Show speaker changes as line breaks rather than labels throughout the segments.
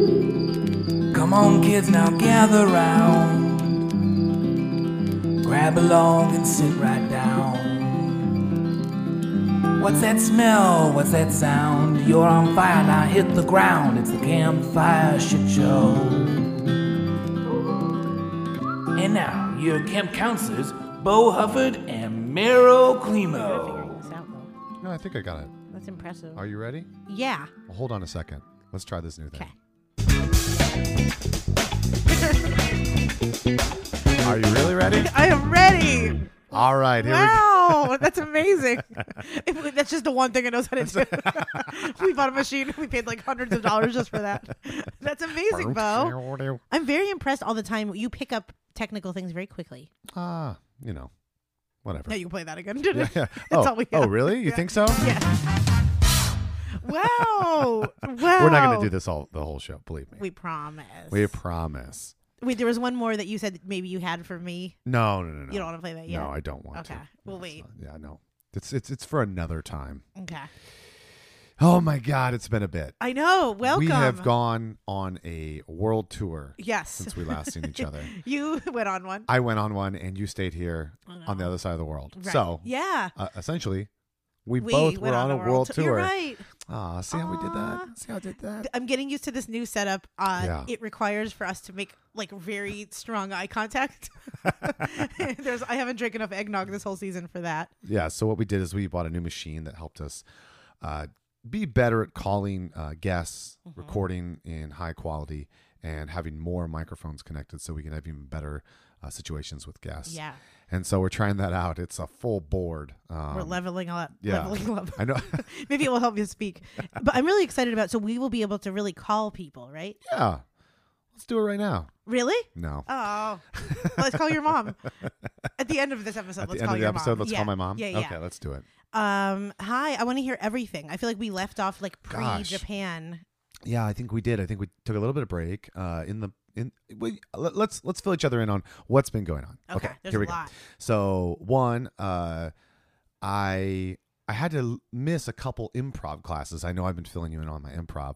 Come on, kids, now gather round. Grab along and sit right down. What's that smell? What's that sound? You're on fire, now hit the ground. It's the campfire shit show. And now, your camp counselors, Bo Hufford and Meryl Climo.
Figuring this out though.
No, I think I got it.
That's impressive.
Are you ready?
Yeah.
Well, hold on a second. Let's try this new thing.
Okay.
Are you really ready?
I am ready.
All right, here
Wow, that's amazing. If we- that's just the one thing I knows how to do. we bought a machine. We paid like hundreds of dollars just for that. That's
we
amazing, Bo.
go.
I'm very impressed all the time. You pick up technical things very quickly.
Ah, you know, whatever.
No, you can play that again. did
Yeah,
it?
yeah.
That's
Oh,
all we
oh,
have.
really? You
Yeah.
think so?
Yeah. Wow. wow.
We're not going to do this all the whole show. Believe me.
We promise.
We promise.
Wait, there was one more that you said that maybe you had for me.
No, no, no, no.
You don't want to play that yet?
No, I don't want to.
Okay. Well,
No, it's
wait.
not. Yeah, no. It's it's it's for another time.
Okay.
Oh my God, it's been a bit.
I know. Welcome.
We have gone on a world tour
Yes.
since we last seen each other.
You went on one.
I went on one, and you stayed here on the other side of the world.
Right.
So
yeah.
uh, essentially, we,
We
both were
went
on a world,
tou-
tour.
You're right.
Ah, see how we did
Aw.
that? See how I did that?
Th- I'm getting used to this new setup. Uh,
Yeah.
It requires for us to make like very strong eye contact. There's I haven't drank enough eggnog this whole season for that.
Yeah. So what we did is we bought a new machine that helped us uh, be better at calling uh, guests,
Mm-hmm.
recording in high quality, and having more microphones connected, so we can have even better uh, situations with guests.
Yeah,
And so we're trying that out. It's a full board. Um,
we're leveling up.
yeah.
Leveling up.
I know.
Maybe it will help you speak. But I'm really excited about. So we will be able to really call people, right?
yeah. Let's do it right now.
Really?
No.
Oh, Well, let's call your mom at the end of this episode.
At
let's
the end
call
of the
your
episode,
mom.
let's
Yeah.
call my mom.
Yeah, yeah.
Okay, let's do it.
Um, hi, I want to hear everything. I feel like we left off like pre
Gosh.
Japan.
Yeah, I think we did. I think we took a little bit of break. Uh, in the in we let, let's let's fill each other in on what's been going on.
Okay, there's
here we
a lot.
go. So one, uh, I I had to l- miss a couple improv classes. I know I've been filling you in on my improv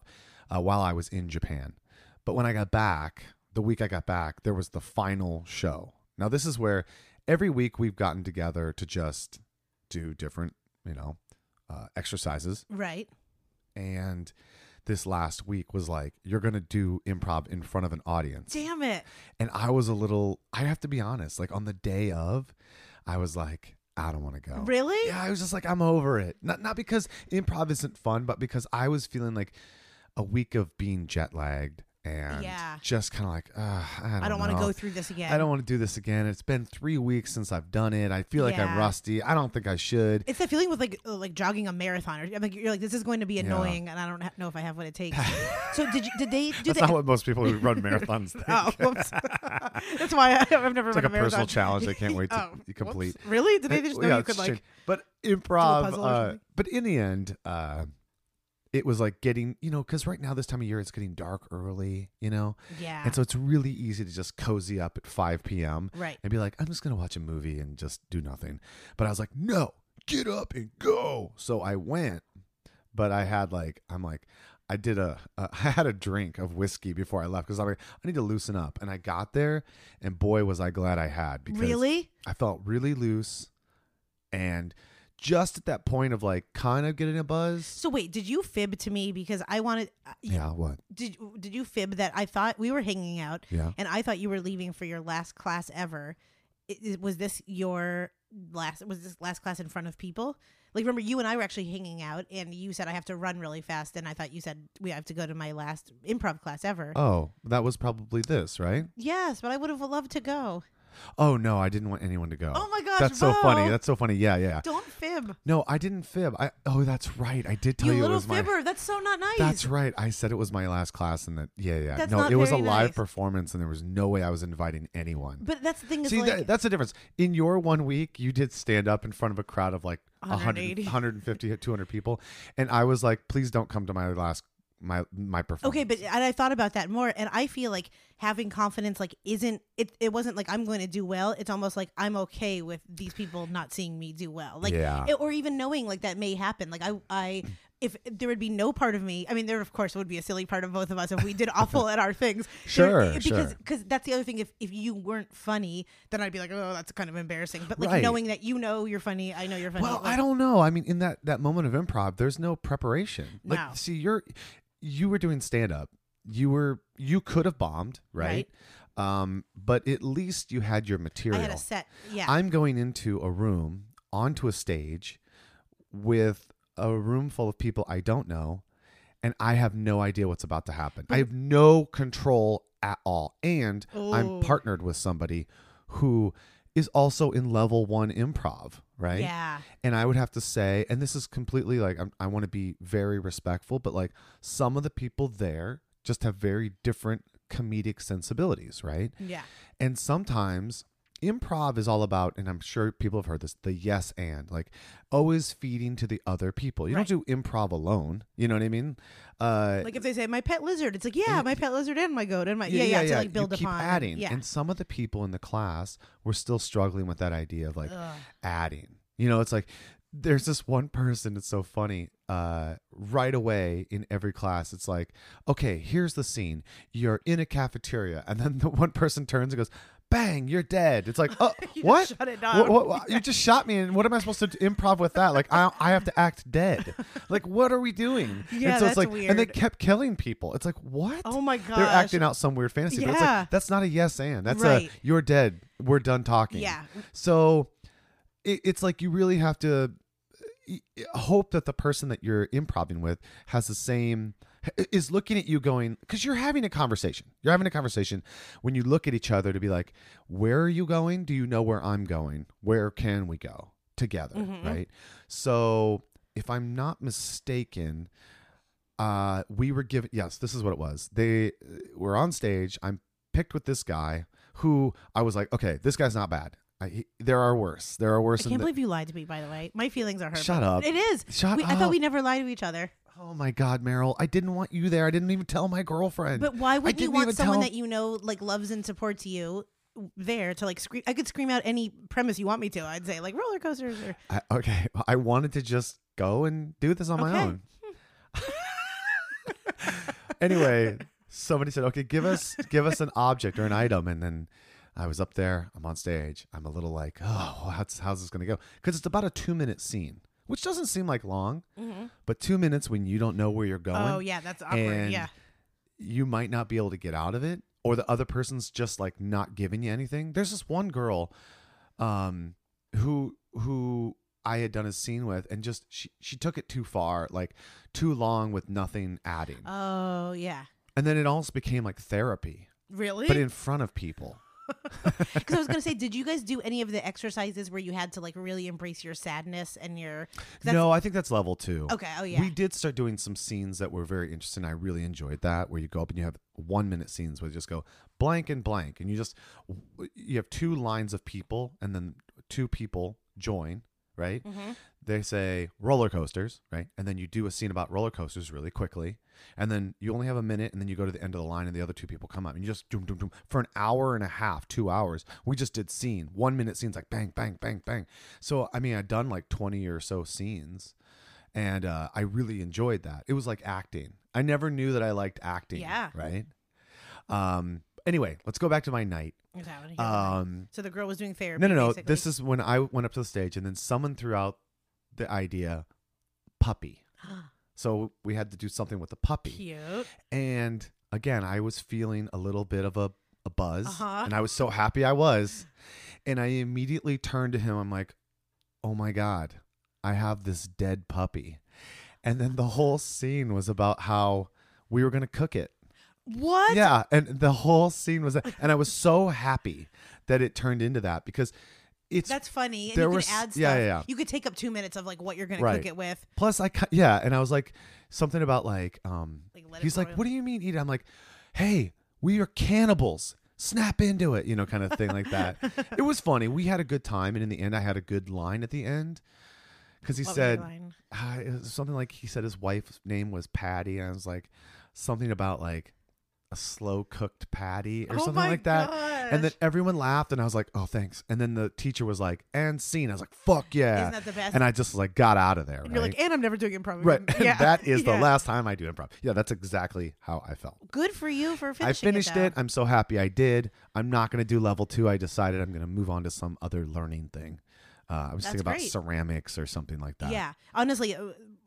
uh, while I was in Japan, but when I got back, the week I got back, there was the final show. Now this is where every week we've gotten together to just do different, you know, uh, exercises
Right.
and this last week was like you're gonna do improv in front of an audience
Damn it.
and i was a little i have to be honest like on the day of i was like i don't want to go
Really?
Oh, yeah i was just like i'm over it not, not because improv isn't fun but because i was feeling like a week of being jet lagged and
Yeah.
just kind of like Ugh, i don't,
I don't want to
know.
go through this again.
i don't want to do this again it's been three weeks since i've done it i feel like i'm
Yeah.
rusty i don't think i should
It's that feeling with like uh, like jogging a marathon. Or, I'm like you're like this is going to be annoying, and I don't ha- know if I have what it takes. so did you, did they do
that's
they?
not what most people who run marathons think
Oh, whoops. That's why I, I've never
It's
run
like a
a marathon.
personal challenge I can't wait to
Oh, whoops.
complete.
Really? Did they
Hey,
just
well,
know
yeah,
you could
it's
like?
strange. but improv.
puzzle or
Uh,
something?
but in the end, uh, it was like getting you know because right now this time of year it's getting dark early, you know,
Yeah.
and so it's really easy to just cozy up at five p.m.
Right.
and be like, I'm just gonna watch a movie and just do nothing. But I was like, no, get up and go. So I went, but I had like I'm like I did a uh, I had a drink of whiskey before I left because I'm like I need to loosen up, and I got there, and boy was I glad I had because
Really?
I felt really loose, and just at that point of like kind of getting a buzz.
So wait, did you fib to me because I wanted? uh,
Yeah, what?
Did did you fib that I thought we were hanging out?
Yeah.
And I thought you were leaving for your last class ever. I- i- was this your last? Was this last class in front of people? Like remember, you and I were actually hanging out, and you said I have to run really fast, and I thought you said we have to go to my last improv class ever.
Oh, that was probably this, right?
yes, but I would have loved to go.
Oh no, I didn't want anyone to go.
Oh my gosh,
that's so funny.
Bo.
That's so funny. Yeah, yeah.
Don't fib,
No, I didn't fib. I oh, that's right. I did tell
you
you, it
little
was my.
fibber. That's so not nice.
That's right. I said it was my last class, and that yeah, yeah.
That's
no,
not
it was a
very
live
nice.
performance, and there was no way I was inviting anyone.
But that's the thing is
See,
like
that, that's the difference. In your one week, you did stand up in front of a crowd of like 100,
180.
150, 200 people, and I was like, please don't come to my last my my performance.
Okay, but and I thought about that more, and I feel like having confidence like isn't it? It wasn't like I'm going to do well. It's almost like I'm okay with these people not seeing me do well, like
Yeah.
it- or even knowing like that may happen. Like I, I, if there would be no part of me, I mean, there of course would be a silly part of both of us if we did awful at our things.
Sure,
There- because
sure.
because that's the other thing. If if you weren't funny, then I'd be like, oh, that's kind of embarrassing. But like
Right.
knowing that you know you're funny, I know you're funny.
Well,
like,
I don't know. I mean, in that that moment of improv, there's no preparation. Like,
No.
see, you're you were doing stand up. You were you could have bombed, right? Um, but at least you had your
I
material.
had a set. Yeah,
I'm going into a room onto a stage with a room full of people I don't know, and I have no idea what's about to happen. I have no control at all, and I'm partnered with somebody who is also in level one improv, right?
yeah.
And I would have to say, and this is completely like, I'm, I want to be very respectful, but like some of the people there just have very different comedic sensibilities, right?
Yeah.
And sometimes improv is all about, and I'm sure people have heard this, the yes and, like always feeding to the other people. You don't do improv alone. You know what I mean? Uh,
Like if they say my pet lizard, it's like yeah, my pet lizard and my goat and my yeah yeah, to like build
you keep
upon
adding.
yeah
And some of the people in the class were still struggling with that idea of like adding. You know, it's like there's this one person, it's so funny. Uh, right away in every class, it's like, okay, here's the scene. You're in a cafeteria, and then the one person turns and goes, Bang, you're dead. It's like, oh,
You
what?
shut it
Wha-
down.
wha- wha- You just shot me, and what am I supposed to improv with that? Like, I, I have to act dead. Like, what are we doing?
Yeah,
and so it's
that's
like, and they
weird.
kept killing people. It's like, what?
Oh my
They're
gosh.
acting out some weird fantasy, but it's
Yeah.
like that's not a yes and. That's
Right.
a you're dead. We're done talking.
Yeah.
So it, it's like you really have to y- y- hope that the person that you're improvising with has the same is looking at you going because you're having a conversation you're having a conversation when you look at each other to be like where are you going do you know where i'm going where can we go together
Mm-hmm,
right so if i'm not mistaken uh we were given yes this is what it was they uh, were on stage i'm picked with this guy who i was like okay this guy's not bad I, he, there are worse there are
I
worse in
can't
the-
believe you lied to me by the way my feelings are hurt
Shut
by-
up.
it is
Shut
we, I thought
up.
we never lie to each other
Oh my God, Meryl! I didn't want you there. I didn't even tell my girlfriend.
but why
I
would you
didn't
want
even
someone
tell-
that you know like loves and supports you there to like scream I could scream out any premise you want me to I'd say like roller coasters or
I, okay, I wanted to just go and do this on my
Okay.
own. anyway, somebody said, "Okay, give us give us an object or an item," and then I was up there. I'm on stage. I'm a little like, "Oh, how's how's this gonna go?" Because it's about a two minute scene, which doesn't seem like long, but two minutes when you don't know where you're going.
Mm-hmm. oh yeah that's awkward
and
yeah
you might not be able to get out of it or the other person's just like not giving you anything there's this one girl um who who i had done a scene with and just she she took it too far like too long with nothing adding
oh yeah
and then it almost became like therapy
really
but in front of people
Because I was gonna say, did you guys do any of the exercises where you had to like really embrace your sadness and your? 'cause that's-
no i think that's level two
Okay. Oh yeah.
We did start doing some scenes that were very interesting. I really enjoyed that, where you go up and you have one minute scenes where you just go blank and blank, and you just you have two lines of people, and then two people join, right? They say roller coasters, right? And then you do a scene about roller coasters really quickly, and then you only have a minute, and then you go to the end of the line, and the other two people come up, and you just doom doom doom for an hour and a half, two hours. We just did scene, one minute scenes like bang bang bang bang. So I mean, I'd done like twenty or so scenes and uh, I really enjoyed that. It was like acting. I never knew that I liked acting.
Yeah.
Right. Um. Anyway, let's go back to my night.
Is that what it is?
Um.
so the girl was doing therapy.
No, no, no.
basically.
This is when I went up to the stage, and then someone threw out the idea, puppy. So we had to do something with the puppy.
cute.
And again, I was feeling a little bit of a, a buzz.
Uh-huh.
And I was so happy I was. And I immediately turned to him. I'm like, oh my God, I have this dead puppy. And then the whole scene was about how we were going to cook it.
What?
Yeah. And the whole scene was that. And I was so happy that it turned into that because it's.
That's funny. And
There
you
was-
can add stuff.
yeah, yeah, yeah.
You could take up two minutes of like what you're gonna
Right.
cook it with.
Plus, I ki- yeah, and I was like something about like um,
Like, let it
he's like,
boil.
"What do you mean eat?" it?" I'm like, "Hey, we are cannibals. Snap into it," you know, kind of thing like that. it was funny. We had a good time, and in the end, I had a good line at the end because he
What was your
said
line?
uh, it was something like he said his wife's name was Patty, and I was like something about like a slow cooked patty or
Oh
something
my
like that. And then
gosh.
everyone laughed, and I was like, "Oh, thanks." And then the teacher was like, "And scene." I was like, "Fuck yeah!"
Isn't that the best?
And I just like got out of there.
And you're
right?
like, and I'm never doing improv.
Right.
again."
And that is the
Yeah.
last time I do improv. Yeah, that's exactly how I felt.
Good for you for finishing.
I finished
though.
it. I'm so happy I did. I'm not going to do level two. I decided I'm going to move on to some other learning thing. Uh, I was
That's
thinking about
great.
ceramics or something like that.
Yeah. Honestly, uh,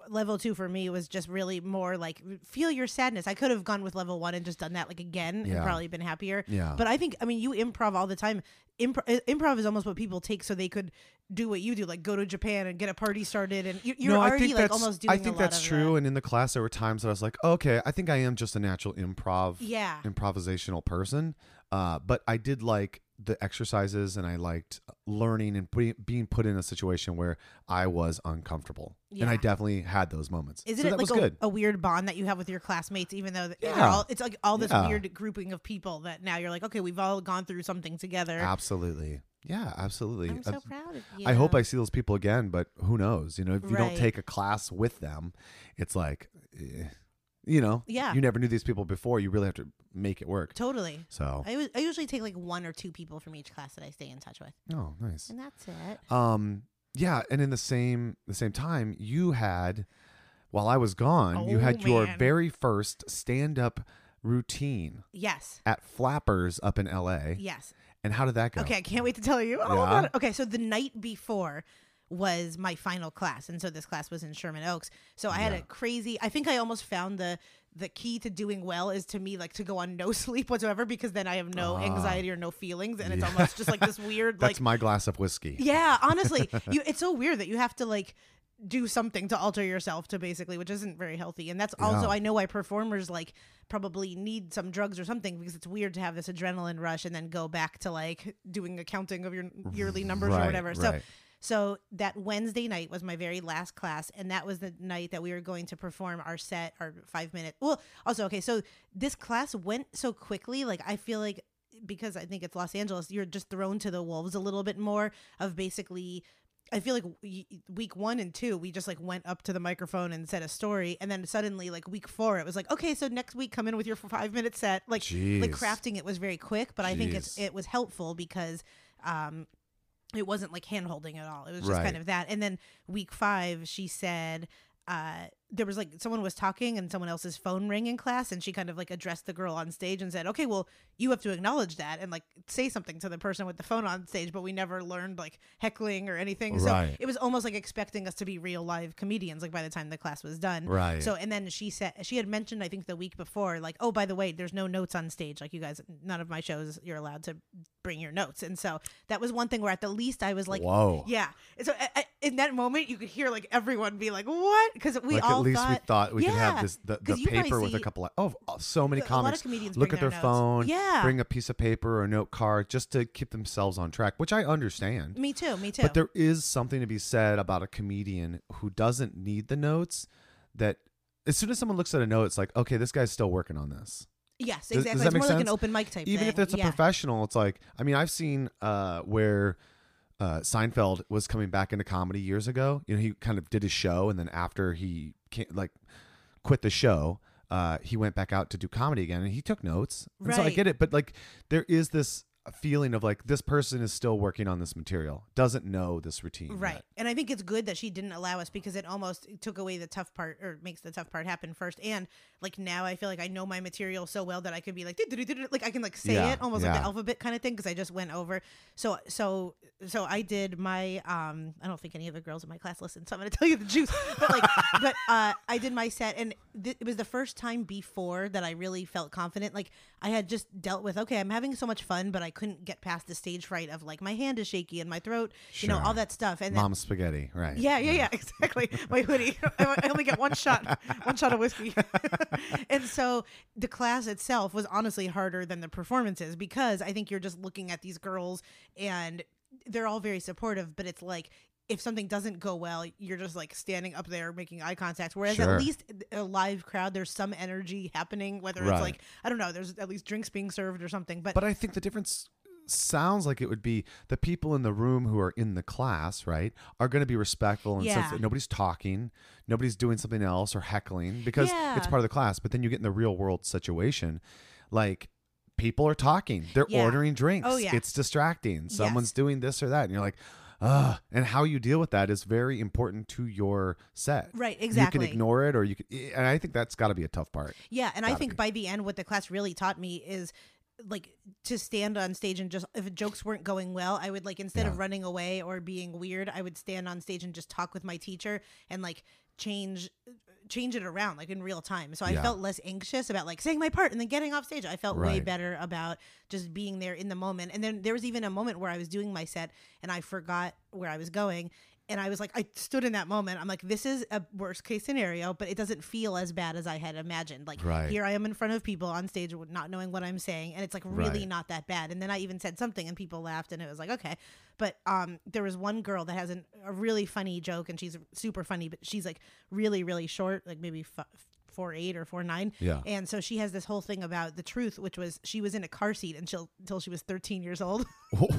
level two for me was just really more like feel your sadness. I could have gone with level one and just done that like again
Yeah.
and probably been happier.
Yeah.
But I think, I mean, you improv all the time. Impro- uh, improv is almost what people take so they could do what you do, like go to Japan and get a party started. And you- you're
no, I
already
think
like
that's,
almost doing
I
a
think
lot
that's
of
true.
that.
And in the class, there were times that I was like, okay, I think I am just a natural improv,
Yeah.
improvisational person. Uh, but I did like the exercises and I liked learning and putting, being put in a situation where I was uncomfortable. And I
Yeah.
definitely had those moments.
Isn't
so
it
that
like
was
a,
good.
a weird bond that you have with your classmates, even though th- they're
Yeah.
all, it's like all this
Yeah.
weird grouping of people that now you're like, okay, we've all gone through something together.
Absolutely. Yeah, absolutely.
I'm so
Abs-
proud of you.
I hope I see those people again, but who knows? You know, if you don't
Right.
take a class with them, it's like, eh, you know,
Yeah.
you never knew these people before. You really have to make it work.
Totally.
So,
I, us- I usually take like one or two people from each class that I stay in touch with,
oh, nice.
and that's it.
Um, yeah, and in the same the same time, you had while I was gone, you
Oh,
had your
man.
very first stand up routine
Yes,
at Flappers up in L.A.
yes.
And how did that go?
Okay, I can't wait to tell you all
Yeah.
about it. Okay, so the night before was my final class, and so this class was in Sherman Oaks. So I had a crazy. I think I almost found the the key to doing well is to me like to go on no sleep whatsoever because then I have no anxiety or no feelings, and it's almost just like this weird like
Ah. That's my glass of whiskey.
Yeah, honestly, you it's so weird that you have to like do something to alter yourself to basically, which isn't very healthy. And that's also
Yeah.
I know why performers like probably need some drugs or something because it's weird to have this adrenaline rush and then go back to like doing accounting of your yearly numbers
Right,
or whatever. So
right.
so that Wednesday night was my very last class, and that was the night that we were going to perform our set, our five minute. Well, also okay, so this class went so quickly. Like I feel like because I think it's Los Angeles, you're just thrown to the wolves a little bit more of basically. I feel like we- week one and two, we just like went up to the microphone and said a story, and then suddenly like week four, it was like okay, so next week come in with your five minute set. Like like
Jeez.
crafting it was very quick, but I think it's
Jeez.
it was helpful because. um it wasn't like hand holding at all. It was just
Right.
kind of that. And then week five, she said, uh, there was like someone was talking and someone else's phone rang in class, and she kind of like addressed the girl on stage and said, "Okay, well, you have to acknowledge that and like say something to the person with the phone on stage." But we never learned like heckling or anything,
Right.
so it was almost like expecting us to be real live comedians. Like by the time the class was done,
Right.
So and then she said she had mentioned I think the week before, like, "Oh, by the way, there's no notes on stage. Like you guys, none of my shows you're allowed to bring your notes." And so that was one thing where at the least I was like,
Whoa.
yeah. And so a- a- in that moment, you could hear like everyone be like, "What?" Because we
like
all
at least
thought,
we thought we could
Yeah.
have this the,
'Cause
the
you probably
paper with a
see-
couple of oh so many
a lot of
comics
comedians
look
bring
at
their
their
notes.
phone
Yeah.
bring a piece of paper or a note card just to keep themselves on track which i understand
Me too. Me too.
but there is something to be said about a comedian who doesn't need the notes that as soon as someone looks at a note it's like okay this guy's still working on this
yes,
Does- does
exactly.
that
it's
make
more like an
sense?
open mic type.
even if
thing.
it's a
yeah.
professional it's like i mean i've seen uh where uh seinfeld was coming back into comedy years ago you know he kind of did his show and then after he can like quit the show uh he went back out to do comedy again and he took notes and so i
Right.
get it but like there is this a feeling of like this person is still working on this material, doesn't know this routine. yet.
Right. And I think it's good that she didn't allow us because it almost took away the tough part or makes the tough part happen first. And like now I feel like I know my material so well that I could be like, "Du-du-du-du-du," like I can like say
Yeah,
it almost like
yeah.
the alphabet kind of thing because I just went over. So, so, so I did my, um, I don't think any of the girls in my class listened. So I'm going to tell you the juice. But like, but uh, I did my set and th- it was the first time before that I really felt confident. Like I had just dealt with, okay, I'm having so much fun, but I couldn't get past the stage fright of like my hand is shaky and my throat, you know,
Sure.
all that stuff. And then
Mom's spaghetti, right?
yeah, yeah, yeah, exactly. My hoodie. I I only get one shot, one shot of whiskey. and so the class itself was honestly harder than the performances because I think you're just looking at these girls and they're all very supportive, but it's like if something doesn't go well, you're just like standing up there making eye contact. Whereas
Sure.
at least a live crowd, there's some energy happening, whether
Right.
it's like, I don't know, there's at least drinks being served or something. But,
But I think the difference sounds like it would be the people in the room who are in the class, right, are going to be respectful and sense
Yeah.
that nobody's talking, nobody's doing something else or heckling because it's
Yeah.
part of the class. But then you get in the real world situation, like people are talking, they're
Yeah.
ordering drinks,
Oh, yeah.
it's distracting, someone's
Yes.
doing this or that, and you're like. Ugh, and how you deal with that is very important to your set.
Right,
You
exactly.
can ignore it, or you can, and I think that's got to be a tough part.
Yeah, and I
Gotta
think
be.
by the end, what the class really taught me is like to stand on stage and just if jokes weren't going well, I would like instead of
Yeah.
running away or being weird, I would stand on stage and just talk with my teacher and like change change it around like in real time. So I
Yeah.
felt less anxious about like saying my part and then getting off stage. I felt way
Right.
better about just being there in the moment. And then there was even a moment where I was doing my set and I forgot where I was going. And I was like, I stood in that moment. I'm like, this is a worst case scenario, but it doesn't feel as bad as I had imagined. Like,
Right.
here I am in front of people on stage, with- not knowing what I'm saying, and it's like really
Right.
not that bad. And then I even said something, and people laughed, and it was like, okay. But um, there was one girl that has an, a really funny joke, and she's super funny, but she's like really, really short, like maybe f- four eight or four nine.
Yeah.
And so she has this whole thing about the truth, which was she was in a car seat until until she was 13 years old.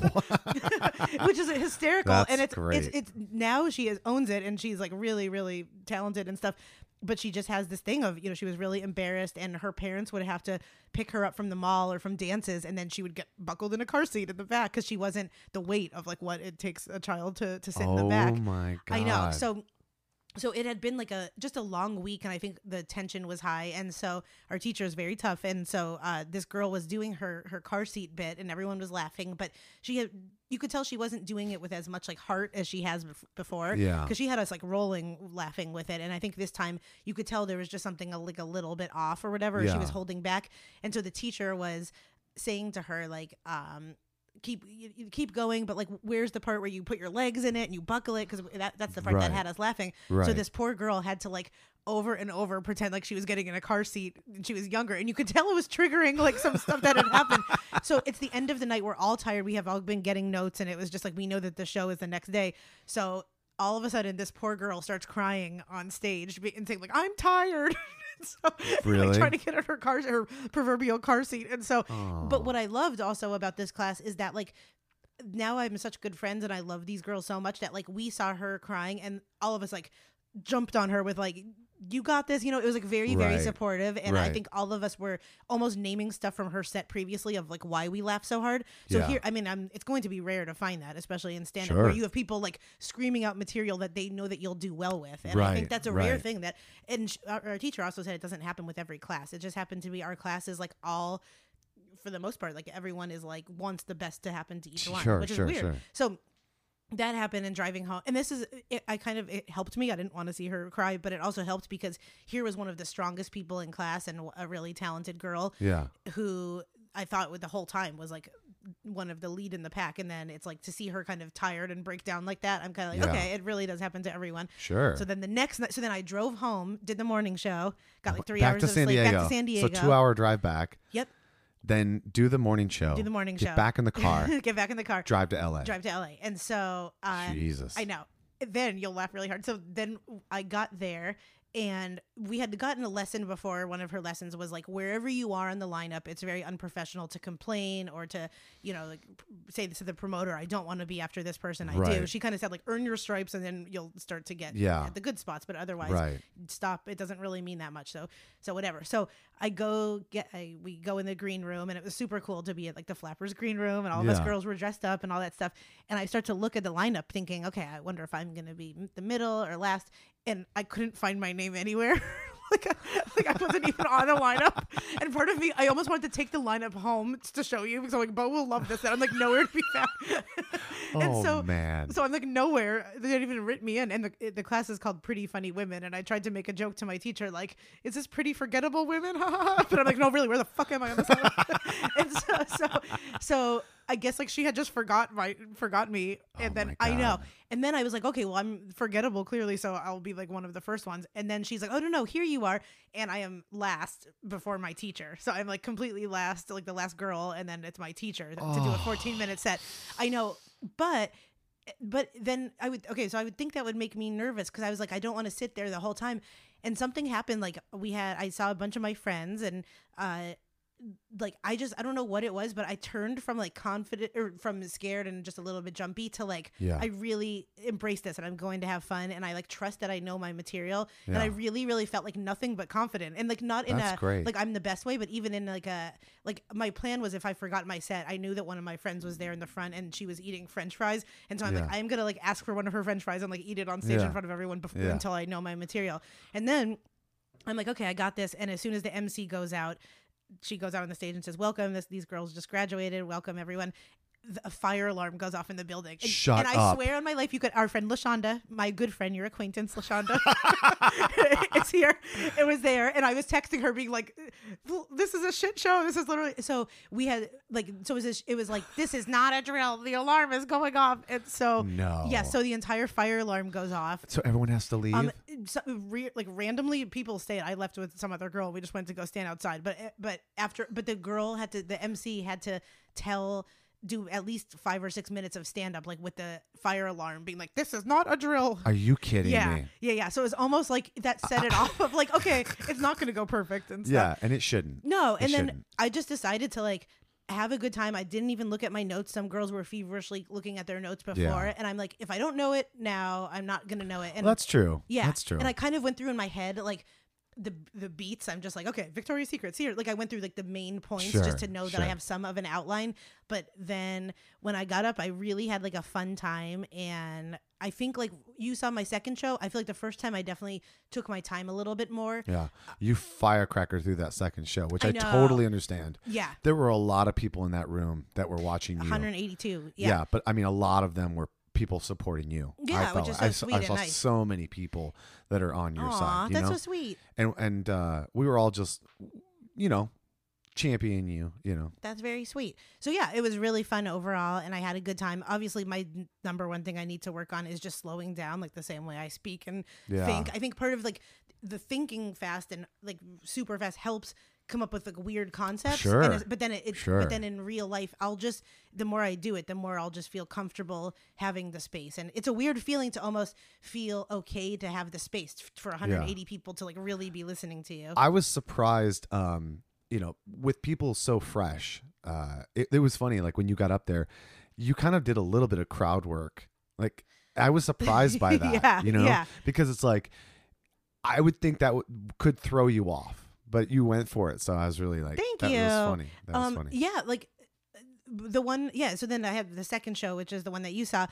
which is hysterical
That's
and it's, it's
great.
it's now she is, owns it and she's like really really talented and stuff but she just has this thing of you know she was really embarrassed and her parents would have to pick her up from the mall or from dances and then she would get buckled in a car seat in the back because she wasn't the weight of like what it takes a child to, to sit in the
oh
back
my god!
I know. So so it had been like a just a long week and I think the tension was high and so our teacher is very tough and so uh, this girl was doing her her car seat bit and everyone was laughing but she had you could tell she wasn't doing it with as much like heart as she has bef- before
Yeah.
because she had us like rolling laughing with it and I think this time you could tell there was just something uh, like a little bit off or whatever she
Yeah.
was holding back and so the teacher was saying to her like um keep you, you keep going but like where's the part where you put your legs in it and you buckle it because that, that's the part
Right.
that had us laughing so
Right.
this poor girl had to like over and over pretend like she was getting in a car seat and she was younger and you could tell it was triggering like some stuff that had happened so it's the end of the night we're all tired we have all been getting notes and it was just like we know that the show is the next day so all of a sudden this poor girl starts crying on stage be- and saying like i'm tired And so like
Really?
trying to get in her car her proverbial car seat and so
Oh.
but what I loved also about this class is that like now I'm such good friends and I love these girls so much that like we saw her crying and all of us like jumped on her with like you got this you know it was like very very
Right.
supportive and I
Right.
think all of us were almost naming stuff from her set previously of like why we laughed so hard so
Yeah.
here I mean I'm it's going to be rare to find that especially in stand up
Sure.
where you have people like screaming out material that they know that you'll do well with and I think
Right,
that's a rare
right.
thing that and sh- our, our teacher also said it doesn't happen with every class it just happened to be our classes like all for the most part, like everyone is like wants the best to happen to each one,
Sure,
which
sure,
is weird.
sure.
So that happened and driving home, and this is it, I kind of it helped me. I didn't want to see her cry, but it also helped because here was one of the strongest people in class and a really talented girl
yeah.
who I thought with the whole time was like one of the lead in the pack, and then it's like to see her kind of tired and break down like that. I'm kind of like,
Yeah.
okay, it really does happen to everyone.
Sure.
So then the next night, so then I drove home, did the morning show, got like three
back
hours
to
of
San
sleep,
Diego.
back to San Diego.
So two hour drive back,
Yep.
then do the morning show.
Do the morning
get
show.
Back in the car,
Get back in the car.
drive to LA.
drive to LA. And so um,
Jesus.
I know. Then you'll laugh really hard. So then I got there and we had gotten a lesson before one of her lessons was like wherever you are in the lineup it's very unprofessional to complain or to you know like p- say this to the promoter i don't want to be after this person i do
Right.
she kind of said like earn your stripes and then you'll start to get
Yeah.
at the good spots but otherwise
Right.
stop it doesn't really mean that much so so whatever so i go get I, we go in the green room and it was super cool to be at like the flappers green room and all of us
Yeah.
girls were dressed up and all that stuff and i start to look at the lineup thinking okay i wonder if i'm gonna be m- the middle or last and i couldn't find my name anywhere like, I- like i wasn't even on a lineup and part of me i almost wanted to take the lineup home to show you because i'm like bo will love this and i'm like nowhere to be found and
oh
so
man.
so I'm like nowhere. They didn't even written me in, and the the class is called Pretty Funny Women. And I tried to make a joke to my teacher, like, "Is this Pretty Forgettable Women?" Ha, ha, ha. but I'm like, "No, really, where the fuck am I on this?" lineup?" and so, so, so I guess like she had just forgot my forgot me, and
Oh
then
my
I know,
God.
and then I was like, "Okay, well, I'm forgettable clearly, so I'll be like one of the first ones." And then she's like, "Oh no, no, here you are," and I am last before my teacher, so I'm like completely last, like the last girl, and then it's my teacher to
Oh.
do a 14 minute set. I know, but but then I would okay, so I would think that would make me nervous because I was like, I don't want to sit there the whole time. And something happened. Like we had, I saw a bunch of my friends, and uh, like I just I don't know what it was, but I turned from like confident or from scared and just a little bit jumpy to like
Yeah.
I really embrace this and I'm going to have fun and I like trust that I know my material and I
Yeah.
really really felt like nothing but confident and like not in
That's
a
great.
like I'm the best way, but even in like a like my plan was if I forgot my set, I knew that one of my friends was there in the front and she was eating French fries, and so I'm like
Yeah.
I'm gonna like ask for one of her French fries and like eat it on stage in
Yeah.
front of everyone before
Yeah.
until I know my material, and then I'm like, okay, I got this. And as soon as the MC goes out, she goes out on the stage and says, "Welcome, this, these girls just graduated. Welcome everyone." The, a fire alarm goes off in the building. And,
Shut
and I
up.
swear on my life, you could. Our friend Lashonda, my good friend, your acquaintance, Lashonda, is here. It was there, and I was texting her, being like, "This is a shit show. This is literally." So we had like, so it was, a- it was like, "This is not a drill. The alarm is going off." And so,
No.
yeah. So the entire fire alarm goes off.
So everyone has to leave.
Um, so, re- like randomly, people stayed. I left with some other girl. We just went to go stand outside. But eh, but after, but the girl had to. The MC had to tell do at least five or six minutes of stand up, like with the fire alarm, being like, "This is not a drill."
Are you kidding
yeah,
me?
yeah, yeah. So it was almost like that set it off of like, okay, it's not going to go perfect and stuff.
Yeah, and it shouldn't.
No,
It
and then
shouldn't.
I just decided to like have a good time. I didn't even look at my notes. Some girls were feverishly looking at their notes before,
Yeah.
and I'm like, if I don't know it now, I'm not gonna know it. And
That's true.
yeah,
That's true.
And I kind of went through in my head like the the beats. I'm just like, okay, Victoria's Secret's here. Like I went through like the main points
Sure,
just to know that I
sure.
have some of an outline. But then when I got up, I really had like a fun time, and I think like you saw my second show. I feel like the first time I definitely took my time a little bit more.
yeah. You firecracker through that second show, which
I
I,
know.
totally understand.
Yeah.
There were a lot of people in that room that were watching you.
182.
yeah. but I mean, a lot of them were people supporting you.
Yeah,
I
which
felt
is
like. I
so
saw-
sweet
I
and
saw
nice.
so many people that are on your
Aw,
side. You
that's
know?
so sweet.
and and uh, we were all just, you know, championing you. You know,
That's very sweet. So yeah, it was really fun overall, and I had a good time. Obviously, my n- number one thing I need to work on is just slowing down, like the same way I speak and
Yeah.
think. I think part of like the thinking fast and like super fast helps come up with like weird concepts. and
Sure.
it's- but then it, it
Sure.
but then in real life, I'll just the more I do it, the more I'll just feel comfortable having the space, and it's a weird feeling to almost feel okay to have the space f- for 180 people to like really be listening to you.
I was surprised, um, you know, with people so fresh. Uh, it, it was funny, like when you got up there, you kind of did a little bit of crowd work. Like I was surprised by that,
Yeah,
you know,
yeah.
because it's like I would think that w- could throw you off, but you went for it. So I was really like,
Thank
that
you. Um,
was funny. That was funny.
Yeah, like uh, the one. Yeah, so then I had the second show, which is the one that you saw.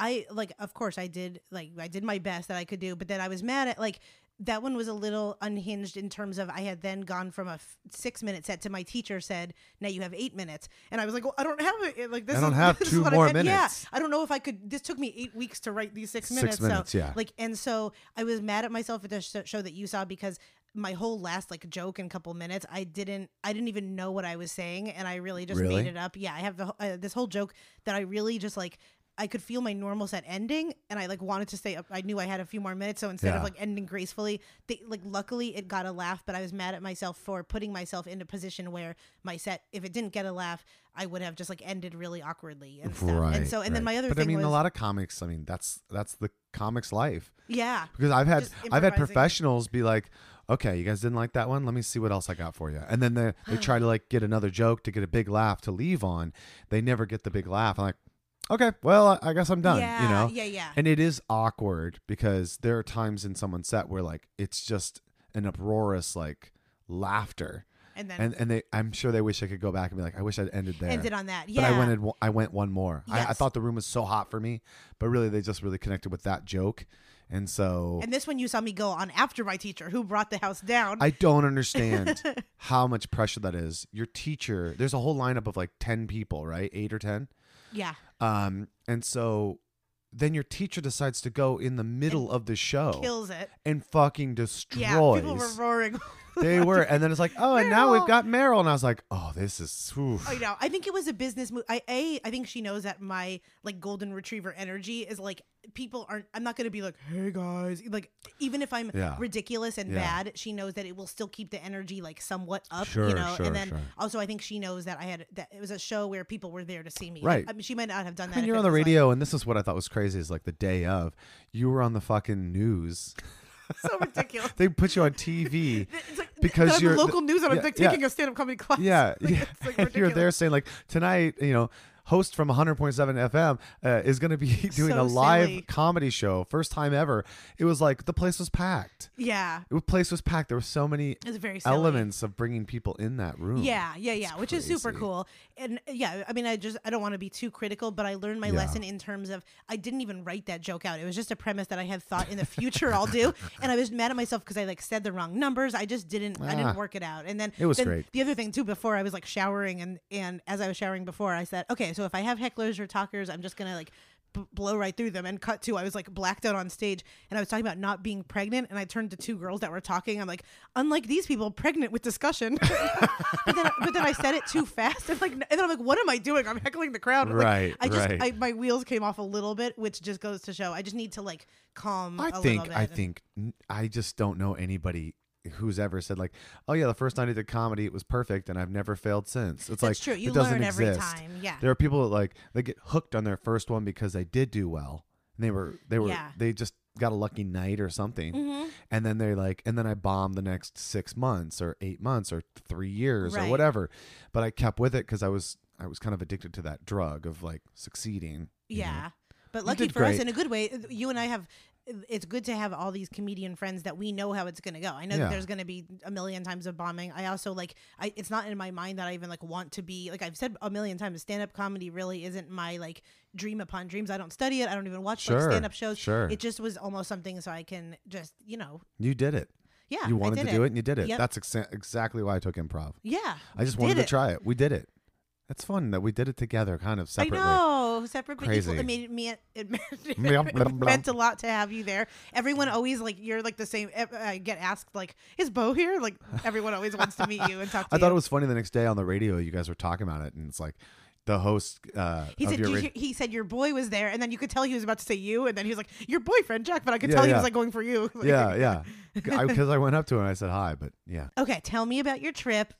I like, of course, I did like I did my best that I could do, but then I was mad at like that one was a little unhinged in terms of I had then gone from a f- six minute set to my teacher said now you have eight minutes, and I was like, well, I don't have it. It- Like this,
I don't
is,
have
this is
two
what I
more
meant.
minutes.
Yeah, I don't know if I could. This took me eight weeks to write these six
Six
minutes.
minutes,
so,
yeah.
Like, and so I was mad at myself at the sh- show that you saw because my whole last like joke and couple minutes, I didn't, I didn't even know what I was saying, and I really just
Really?
made it up. Yeah, I have the, wh- uh, this whole joke that I really just like. I could feel my normal set ending, and I like wanted to stay up. I knew I had a few more minutes, so instead of
Yeah.
like ending gracefully, they, like luckily it got a laugh. But I was mad at myself for putting myself in a position where my set, if it didn't get a laugh, I would have just like ended really awkwardly and stuff.
Right.
and so, and then
right.
my other
but
thing
I mean,
was,
a lot of comics. I mean, that's that's the comics life.
yeah,
because I've had
Just
I've had
improvising.
professionals be like, okay, you guys didn't like that one. Let me see what else I got for you. And then they, they try to like get another joke to get a big laugh to leave on. They never get the big laugh. I'm like, okay, well, I I guess I'm done.
yeah,
you know,
Yeah, yeah.
and it is awkward because there are times in someone's set where like it's just an uproarious like laughter,
And then
and and they I'm sure they wish I could go back and be like, I wish I'd ended there.
ended on that.
But
Yeah.
I went and, I went one more. I, I
Yes.
thought the room was so hot for me, but really they just really connected with that joke, and so
and this one you saw me go on after my teacher who brought the house down.
I don't understand how much pressure that is. Your teacher, there's a whole lineup of like ten people, right? Eight or ten,
yeah.
um, and so then your teacher decides to go in the middle of the show
Kills it.
and fucking
Yeah.
destroys.
People were roaring.
they were, and then it's like, oh, and now
Meryl.
we've got Meryl, and I was like, oh, this is. oof.
I know. I think it was a business move. I a I think she knows that my like golden retriever energy is like people aren't. I'm not gonna be like, hey guys, like even if I'm
Yeah.
ridiculous and
Yeah.
bad, she knows that it will still keep the energy like somewhat up.
Sure,
you know.
sure,
and then
sure.
also I think she knows that I had that it was a show where people were there to see me.
Right.
I mean, she might not have done that.
And
if
you're
it
on the
was, like-
radio, and this is what I thought was crazy is like the day of, you were on the fucking news.
so ridiculous.
They put you on TV.
It's like,
Because
that I'm
you're-
local news and I'm
yeah,
like
yeah.
taking a stand-up comedy class.
yeah,
Like,
yeah.
it's,
And
like,
you're there
ridiculous.
saying like tonight, you know, host from 100.7 FM uh, is going to be doing
So
a live
silly.
comedy show, first time ever. It was like the place was packed.
Yeah,
The place was packed. There were so many
it's very silly.
elements of bringing people in that room.
Yeah, yeah, yeah, which is super
crazy.
cool. And uh, yeah, I mean, I just I don't want to be too critical, but I learned my
Yeah.
lesson in terms of I didn't even write that joke out. It was just a premise that I had thought in the future I'll do, and I was mad at myself because I like said the wrong numbers. I just didn't I
Ah.
didn't work it out. And then
It was
then
great.
The other thing too, before I was like showering, and and as I was showering before, I said, okay, so if I have hecklers or talkers, I'm just gonna like. b- Blow right through them and cut to I was like blacked out on stage and I was talking about not being pregnant and I turned to two girls that were talking. I'm like, unlike these people, pregnant with discussion. but then but then I said it too fast. And like and then I'm like, what am I doing? I'm heckling the crowd. Like,
Right,
I just
right.
I, my wheels came off a little bit, which just goes to show I just need to like calm.
I
a little
think
bit
I
and-
think I just don't know anybody who's ever said like, "Oh yeah, the first night I did comedy, it was perfect, and I've never failed since." It's
That's
like
true. You
it doesn't
learn every
exist.
time. Yeah.
There are people that like they get hooked on their first one because they did do well, and they were they were
Yeah. Mm-hmm.
they just got a lucky night or something, and then they're like, and then I bombed the next six months or eight months or three years
Right.
or whatever, but I kept with it because I was I was kind of addicted to that drug of like succeeding. you know?
Yeah. But lucky
did
for us,
great.
in a good way, you and I have. It's good to have all these comedian friends that we know how it's going to go. I know
Yeah.
that there's going to be a million times of bombing. I also like, I it's not in my mind that I even like want to be like I've said a million times. Stand up comedy really isn't my like dream upon dreams. I don't study it. I don't even watch like
Sure,
stand up shows.
sure.
It just was almost something so I can just you know
You did it.
yeah.
you
I
wanted
did
to do it and you did it.
Yep.
That's exa- exactly why I took improv.
Yeah.
I just
did
wanted to
it.
try it. We did it. It's fun that we did it together, kind of separately.
I know, separate but equal.
Crazy.
It made me it, meant-
Blah, blah,
it
blah.
meant a lot to have you there. Everyone always like you're like the same. ev- I get asked like, "Is Bo here?" Like everyone always wants to meet you and talk to
I
you.
thought it was funny the next day on the radio, you guys were talking about it, and it's like the host uh,
He
of
said
your
"Did you
ra-
hear- he said your boy was there, and then you could tell he was about to say you, and then he was like your boyfriend Jack, but I could
Yeah,
tell he
yeah.
was like going for you. Like-
Yeah, yeah. Because I, went up to him and I said hi, but yeah.
Okay, tell me about your trip,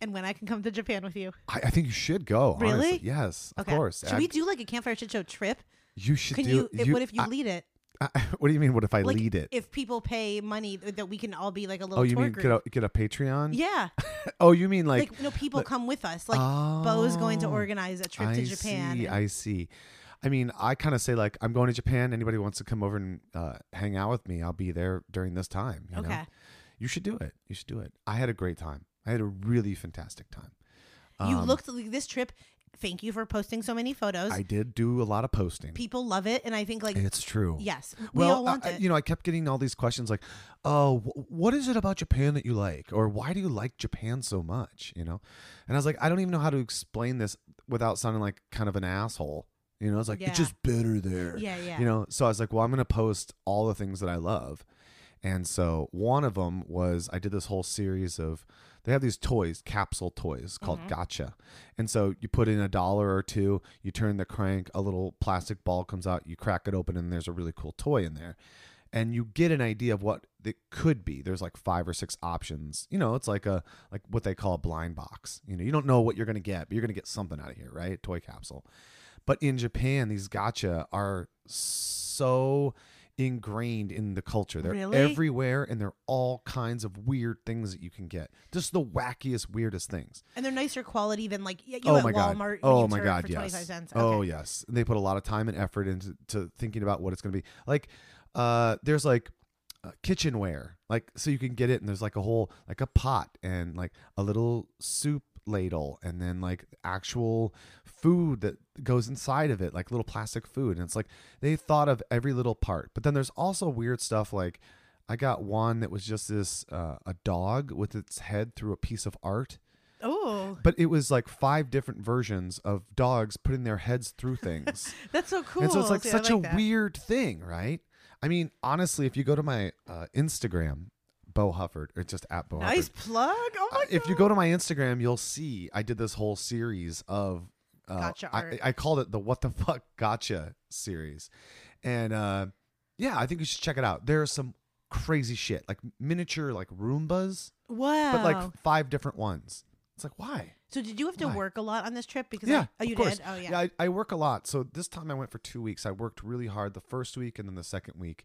and when I can come to Japan with you.
I, I think you should go.
Really?
honestly. Yes,
Okay.
of course.
Should we do like a campfire shit show trip?
You should
Can
do.
you? if- what if you
I-
lead it?
I- what do you mean? What if I
Like
lead it?
if people pay money, th- that we can all be like a little.
oh, you
tour
mean
group.
get a, get a Patreon?
Yeah,
Oh, you mean
like,
like?
no people come with us. Like Bo's going to
Oh,
organize a trip
I
to Japan.
See,
and-
I see. I mean, I kind of say like, I'm going to Japan. Anybody who wants to come over and uh, hang out with me, I'll be there during this time. You Know?
Okay.
You should do it. You should do it. I had a great time. I had a really fantastic time.
you looked like this trip. Thank you for posting so many photos.
um, I did do a lot of posting.
People love it, and I think like
It's true.
yes, we
Well,
all want
I- I-
it.
you know, I kept getting all these questions like, "Oh, wh- what is it about Japan that you like?" or "Why do you like Japan so much?" You know, and I was like, I don't even know how to explain this without sounding like kind of an asshole. You know, it's like
Yeah.
it's just better there.
Yeah, yeah.
You know, so I was like, well, I'm gonna post all the things that I love, and so one of them was I did this whole series of they have these toys, capsule toys called
Mm-hmm.
Gotcha, and so you put in a dollar or two, you turn the crank, a little plastic ball comes out, you crack it open, and there's a really cool toy in there, and you get an idea of what it could be. There's like five or six options. You know, it's like a like what they call a blind box. You know, you don't know what you're gonna get, but you're gonna get something out of here, right? Toy capsule. But in Japan, these gotcha are so ingrained in the culture. They're
Really?
everywhere and they're all kinds of weird things that you can get. Just the wackiest, weirdest things.
And they're nicer quality than like y- you
oh
at
my god.
Walmart. when
oh
you
my
turn
god,
for
yes.
25 cents.
Oh
Okay.
yes. They put a lot of time and effort into to thinking about what it's going to be. Like uh there's like uh, kitchenware. Like so you can get it and there's like a whole like a pot and like a little soup ladle and then like actual food that goes inside of it like little plastic food and it's like they thought of every little part. But then there's also weird stuff like I got one that was just this uh, a dog with its head through a piece of art
Oh,
but it was like five different versions of dogs putting their heads through things.
that's so cool.
And so it's like
See, I
such a
that.
weird thing, right? I mean, honestly, if you go to my uh, Instagram, Bo Hufford, or just at Bo
nice
Hufford,
plug. Oh my
uh,
god.
if you go to my Instagram, you'll see I did this whole series of. Uh,
Gotcha
I,
art.
I called it the What the Fuck Gotcha series. And uh, yeah, I think you should check it out. There are some crazy shit, like miniature, like Roombas,
wow.
but like five different ones. It's like, why?
so did you have to
Why?
work a lot on this trip? Because
Yeah,
I, oh,
of
you
course.
did. Oh yeah.
I, I work a lot. So this time I went for two weeks. I worked really hard the first week and then the second week.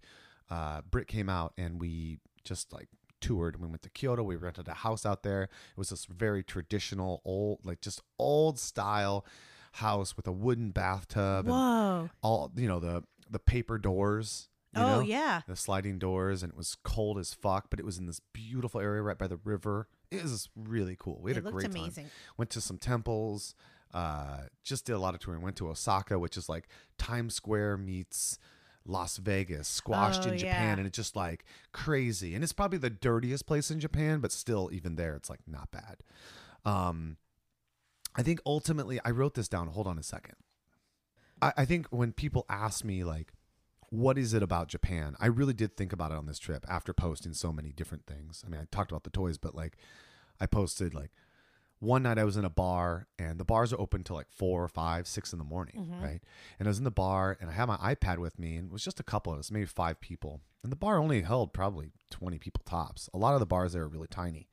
Uh, Brit came out and we just like toured. We went to Kyoto. We rented a house out there. It was this very traditional, old, like just old style house with a wooden bathtub and
Whoa.
all, you know, the, the paper doors. You
oh
know?
yeah.
The sliding doors and it was cold as fuck, but it was in this beautiful area right by the river. It was really cool. We had
It
a
looked
great time
amazing.
went to some temples uh just did a lot of touring went to osaka which is like times square meets las vegas squashed
Oh,
in japan
yeah.
and it's just like crazy and it's probably the dirtiest place in japan but still even there it's like not bad um i think ultimately i wrote this down hold on a second i, I think when people ask me like what is it about Japan? I really did think about it on this trip after posting so many different things. I mean, I talked about the toys, but like I posted like one night I was in a bar and the bars are open till like four or five, six in the morning, right? And I was in the bar and I had my iPad with me and it was just a couple of us, maybe five people. And the bar only held probably 20 people tops. A lot of the bars there are really tiny.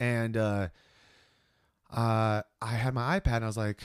And uh, uh, I had my iPad and I was like,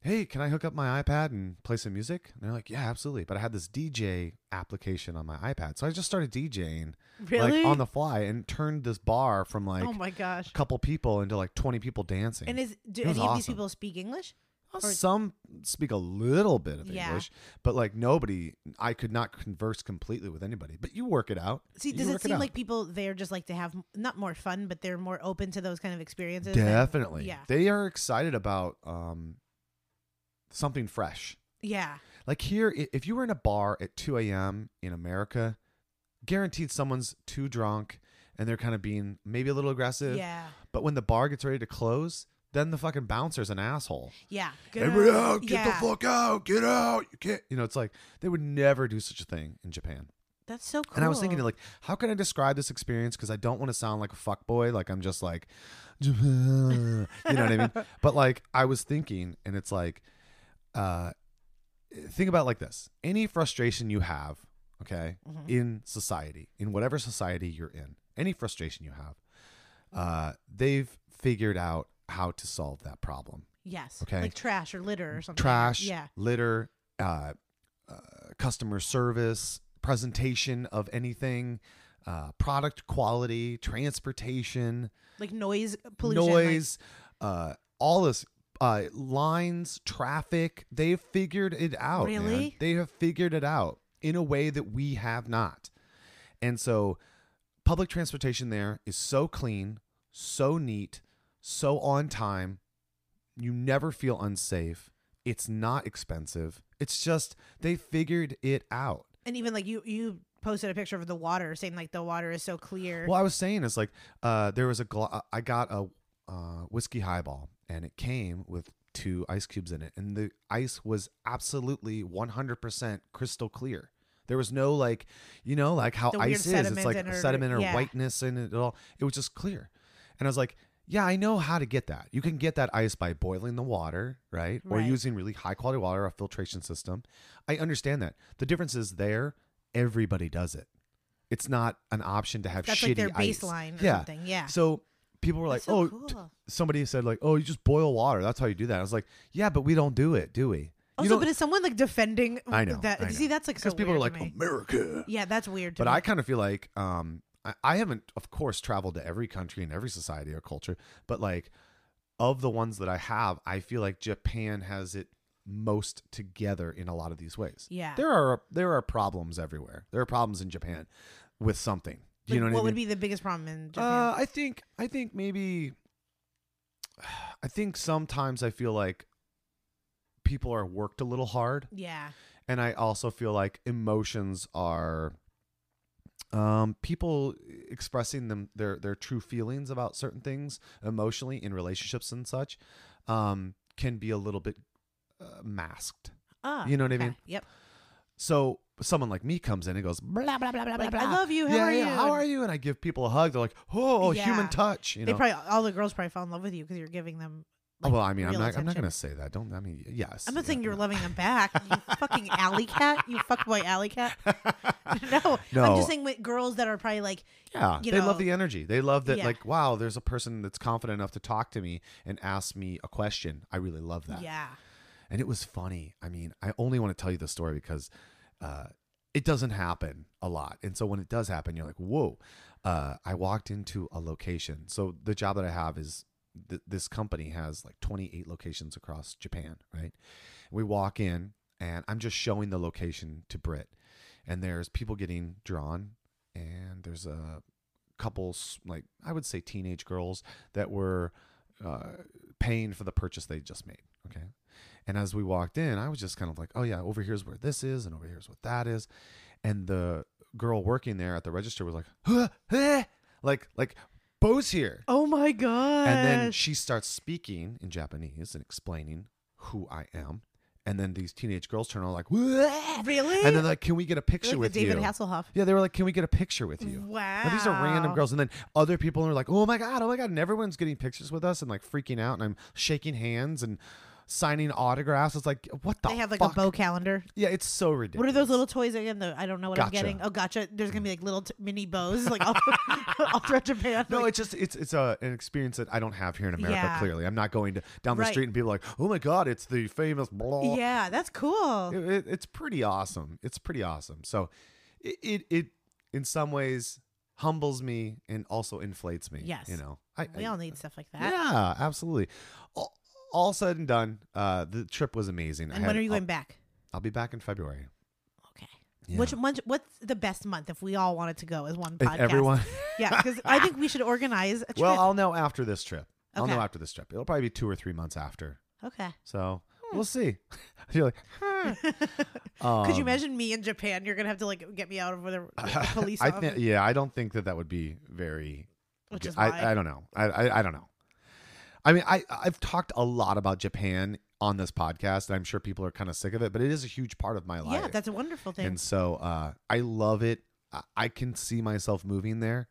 hey, can I hook up my iPad and play some music? And they're like, yeah, absolutely. But I had this DJ application on my iPad. So I just started DJing
Really?
like on the fly and turned this bar from like
oh my gosh.
a couple people into like 20 people dancing.
And is do
It was
any of these
awesome.
people speak English?
Well,
or-
Some speak a little bit of
Yeah.
English, but like nobody, I could not converse completely with anybody. But you work it out.
See,
You
does
work
it seem
out.
like people there just like to have m- not more fun, but they're more open to those kind of experiences? than-
definitely?
yeah.
they are excited about um something fresh.
yeah.
Like here, i- if you were in a bar at 2 a.m. in America, guaranteed someone's too drunk and they're kind of being maybe a little aggressive.
Yeah.
But when the bar gets ready to close, then the fucking bouncer's an asshole.
Yeah. Good.
Everybody out, get
yeah.
the fuck out, get out. You can't you know, it's like they would never do such a thing in Japan.
That's so cool.
And I was thinking like, how can I describe this experience? Because I don't want to sound like a fuckboy. Like I'm just like Japan. You know what I mean? But like I was thinking, and it's like uh think about it like this. Any frustration you have, okay, in society, in whatever society you're in, any frustration you have, uh, they've figured out how to solve that problem
yes.
Okay.
Like trash or litter or something.
trash,
Yeah.
litter, uh, uh, customer service, presentation of anything, uh, product quality, transportation,
Like noise pollution. like-
noise, uh, all this. Uh, lines, traffic, they've figured it out. man.
Really?
They have figured it out in a way that we have not. And so public transportation there is so clean, so neat, so on time. You never feel unsafe. It's not expensive. It's just they figured it out.
and even like you, you posted a picture of the water saying like the water is so clear.
Well, I was saying is like uh, there was a gla- I got a uh, whiskey highball and it came with two ice cubes in it, and the ice was absolutely 100% crystal clear. There was no like, you know, like how
The weird
ice is. It's
sediment
like
in it or-
sediment or
yeah.
whiteness in it at all. It was just clear, and I was like. Yeah, I know how to get that. You can get that ice by boiling the water, right? Or
Right.
using really high quality water, a filtration system. I understand that. The difference is there, everybody does it it's not an option to have
That's
shitty
like their
ice.
baseline or
yeah.
something. Yeah.
So people were like,
That's so
"Oh,
cool.
t- somebody said like, "Oh, you just boil water. That's how you do that." I was like, "Yeah, but we don't do it, do we?"
Also, but is someone like defending?
I know,
That,
I
See,
know.
that's like so
because people are like
weird to me.
America.
yeah, that's weird. To
But
me.
I kind of feel like um, I, I haven't, of course, traveled to every country and every society or culture, but like of the ones that I have, I feel like Japan has it most together in a lot of these ways.
Yeah.
there are there are problems everywhere. There are problems in Japan with something. Do you
Like,
know what, I mean?
would be the biggest problem in Japan?
Uh, I think I think maybe I think sometimes I feel like people are worked a little hard,
yeah,
and I also feel like emotions are um people expressing them their their true feelings about certain things emotionally in relationships and such um can be a little bit uh, masked
Ah,
You know what I
okay.
mean?
Yep.
so someone like me comes in and goes blah blah blah blah
Like,
blah
I love you. How
yeah,
are
yeah,
you?
how are you and i give people a hug they're like oh
Yeah.
human touch you
They
know
probably all the girls probably fall in love with you because you're giving them.
Oh,
like,
well, I mean, I'm
real
not. I'm not
attention.
going to say that. Don't. I mean, yes.
I'm not
yeah,
saying you're
no.
loving them back. You fucking alley cat. You fuckboy alley cat. no, I'm
No.
just saying with girls that are probably like,
Yeah,
you
they
know,
love the energy. They love that.
yeah.
Like, wow, there's a person that's confident enough to talk to me and ask me a question. I really love that.
yeah,
And it was funny. I mean, I only want to tell you the story because uh, it doesn't happen a lot. And so when it does happen, you're like, whoa. Uh, I walked into a location. So the job that I have is th- this company has like 28 locations across Japan, right? We walk in and I'm just showing the location to Brit. And there's people getting drawn, and there's a couple, s- like I would say teenage girls, that were uh, paying for the purchase they just made. Okay. And as we walked in, I was just kind of like, oh, yeah, over here's where this is, and over here's what that is. And the girl working there at the register was like, huh, eh, like, like, Bo's here.
oh eh. my god,
And then she starts speaking in Japanese and explaining who I am. And then these teenage girls turn on like, "Wah!"
really,
and they're like, "Can we get a picture
You're like
with
the David
you?"
Hasselhoff.
yeah, they were like, "Can we get a picture with you?"
Wow,
Now, these are random girls, and then other people are like, "Oh my god, oh my god!" And everyone's getting pictures with us and like freaking out, and I'm shaking hands and signing autographs. It's like, what the?
They have like
Oh, fuck?
a bow calendar.
Yeah, it's so ridiculous.
What are those little toys again? Though I don't know what I'm
Gotcha.
getting. Oh, gotcha. There's gonna be like little t- mini bows, like all, all throughout Japan.
No,
like,
it's just it's it's a an experience that I don't have here in America.
Yeah.
Clearly, I'm not going to down the
Right.
street and people are like, "Oh my god, it's the famous blah."
yeah, that's cool.
it, it- it's pretty awesome. It's pretty awesome. So it, it it in some ways humbles me and also inflates me.
Yes.
you know, I,
we
I-
all need stuff like that.
Yeah, absolutely. All, all said and done, uh, the trip was amazing. I
And
had-
when are you
I'll-
going back?
I'll, be back in February.
Okay.
Yeah.
Which month? What's the best month if we all wanted to go as one
If
podcast?
everyone,
yeah, because I think we should organize a trip.
well, I'll know after this trip. I'll know
Okay.
after this trip. It'll probably be two or three months after.
okay.
So we'll see. You're like, huh.
Hmm. Could
Hmm. Um,
you imagine me in Japan? You're gonna have to like get me out of with a, a police
I
officer,
think, yeah, I don't think that that would be very
which
Ja-
is why.
I, I don't know. I, I I don't know. I mean, I I've talked a lot about Japan on this podcast, and I'm sure people are kind of sick of it, but it is a huge part of my life.
yeah, that's a wonderful thing.
and so uh, I love it. I, I can see myself moving there.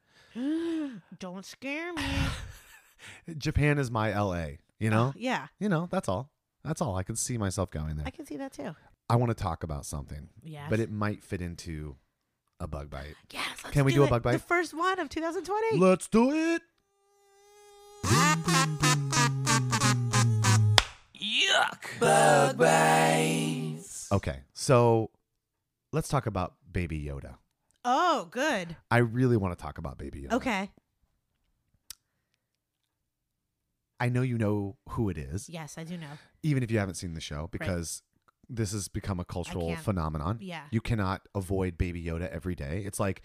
don't scare me.
Japan is my LA. You know,
yeah,
you know. That's all. That's all. I can see myself going there.
I can see that too.
I, want to talk about something,
Yes.
but it might fit into a bug bite.
Yes, let's
Can we do a
it.
bug
The
bite?
first one of 2020.
Let's do it.
Yuck! Bug bites.
Okay, so let's talk about Baby Yoda.
Oh, good.
I really want to talk about Baby Yoda.
Okay.
I know you know who it is,
Yes, I do know.
even if you haven't seen the show, because this has become a cultural
can't-
phenomenon.
Yeah.
You cannot avoid Baby Yoda every day. It's like,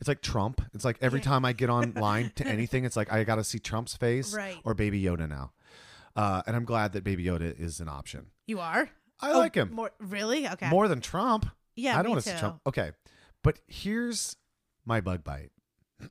it's like Trump. It's like every
Yeah.
time I get online to anything, it's like I got to see Trump's face
Right.
or Baby Yoda now. Uh, and I'm glad that Baby Yoda is an option.
You are.
I
Oh,
like him more,
More, really? Okay.
than Trump.
Yeah.
I don't
me
wanna
too.
see Trump. Okay, but here's my bug bite.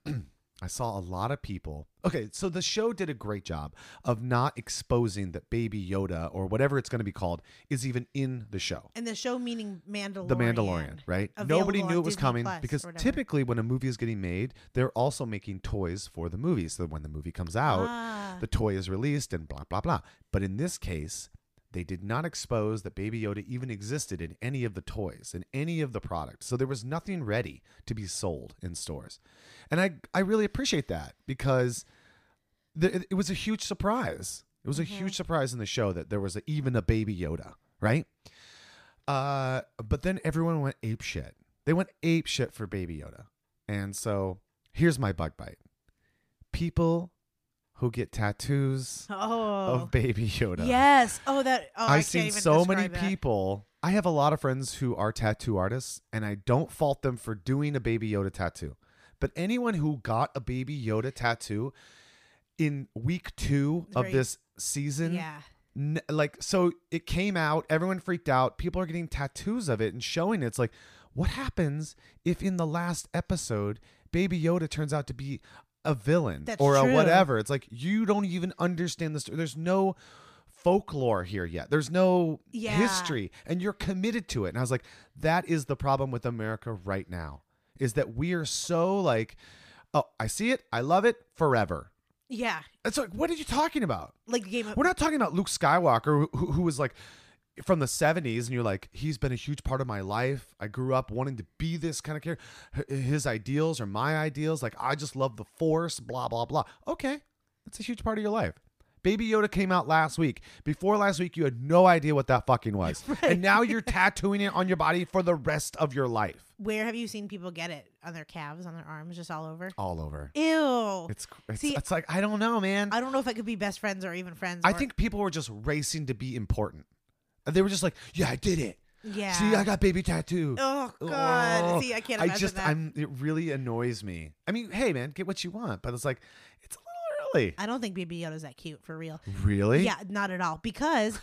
I saw a lot of people. Okay, so the show did a great job of not exposing that Baby Yoda or whatever it's going to be called is even in the show.
And the show meaning Mandalorian.
The Mandalorian, right?
Available
Nobody
on
knew it was
Disney
coming
Plus
because
or whatever.
typically when a movie is getting made, they're also making toys for the movie. So that when the movie comes out,
Ah.
the toy is released and blah, blah, blah. But in this case, they did not expose that Baby Yoda even existed in any of the toys, in any of the products. So there was nothing ready to be sold in stores. And I, I really appreciate that because the, it- it was a
Mm-hmm.
huge surprise. It was a huge surprise in the show that there was a, even a Baby Yoda, right? Uh, but then everyone went ape shit. They went ape shit for Baby Yoda. And so here's my bug bite. People who get tattoos
Oh.
of Baby Yoda.
Yes. Oh, that. Oh, I
I've
can't
seen
even
so many
describe that.
people. I have a lot of friends who are tattoo artists, and I don't fault them for doing a Baby Yoda tattoo. But anyone who got a Baby Yoda tattoo in week two of
Right.
this season,
Yeah.
n- like, so it came out, everyone freaked out. People are getting tattoos of it and showing it. It's like, what happens if in the last episode, Baby Yoda turns out to be a villain
That's
or
true.
a whatever? It's like, you don't even understand the story. There's no folklore here yet. There's no
Yeah.
history, and you're committed to it. And I was like, that is the problem with America right now, is that we are so like, oh, I see it, I love it forever.
Yeah.
It's like, what are you talking about?
Like Game of.
Uh, We're not talking about Luke Skywalker, who, who was like from the 70s, and you're like, he's been a huge part of my life. I grew up wanting to be this kind of character. H- His ideals are my ideals. Like, I just love the force, blah, blah, blah. Okay. That's a huge part of your life. Baby Yoda came out last week. Before last week, you had no idea what that fucking was. And now you're tattooing it on your body for the rest of your life.
Where have you seen people get it on their calves, on their arms, just all over?
All over.
Ew.
Oh. It's, it's,
See-
it's like, I don't know, man.
I don't know if I could be best friends or even friends.
I
or-
think people were just racing to be important. They were just like, yeah, I did it.
Yeah.
See, I got baby tattoo.
Oh God.
Oh,
See, I can't
I
imagine
just,
that.
I'm. It really annoys me. I mean, hey, man, get what you want, but it's like, it's a little early.
I don't think Baby Yoda's that cute for real.
Really?
Yeah, not at all. Because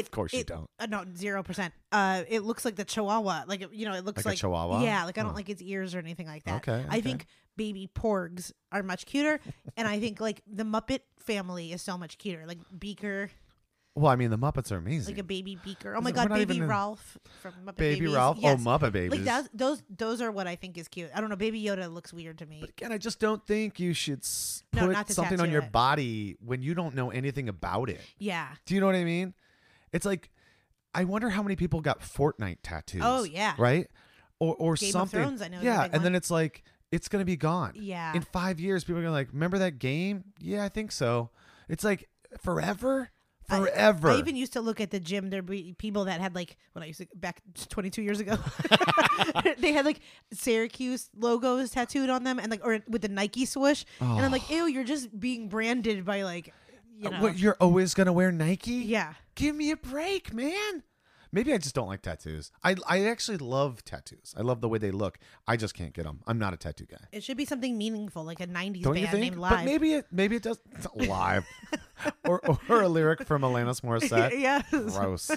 Of course you
it-
don't.
Uh, no, zero percent. Uh, it looks like the Chihuahua. Like it- you know, it looks
Like
like,
a Chihuahua?
Yeah, like I don't
Huh.
like its ears or anything like that.
Okay,
I
okay.
think baby porgs are much cuter, and I think like the Muppet family is so much cuter. Like Beaker,
Well, I mean, the Muppets are amazing.
like a baby Beaker. Oh my
We're
God,
not
baby
even in-
Ralph from Muppet
baby
Babies.
Ralph.
Yes.
Oh, Muppet babies.
Like those, those, those are what I think is cute. I don't know. Baby Yoda looks weird to me.
But again, I just don't think you should s-
No,
put
not to
something on
tattoo
your
it.
body when you don't know anything about it.
yeah.
Do you know what I mean? It's like, I wonder how many people got Fortnite tattoos.
Oh, yeah.
Right? Or or
Game of
something.
Thrones, I know, is a
Yeah,
big
and then
one.
it's like it's gonna be gone.
Yeah.
In five years, people are gonna like, remember that game? Yeah, I think so. It's like forever,
I-
forever.
I even used to look at the gym. There'd be people that had like when I used to back 22 years ago, they had like Syracuse logos tattooed on them and like or with the Nike swoosh. And I'm like, ew, you're just being branded by like, you
Oh.
know,
Uh, What you're always gonna wear Nike?
yeah.
Give me a break, man. Maybe I just don't like tattoos. I I actually love tattoos. I love the way they look. I just can't get them. I'm not a tattoo guy.
It should be something meaningful, like a 90s
Don't
band
you think?
named Live.
But maybe it maybe it does live, or or a lyric from Alanis Morissette.
yes.
Gross,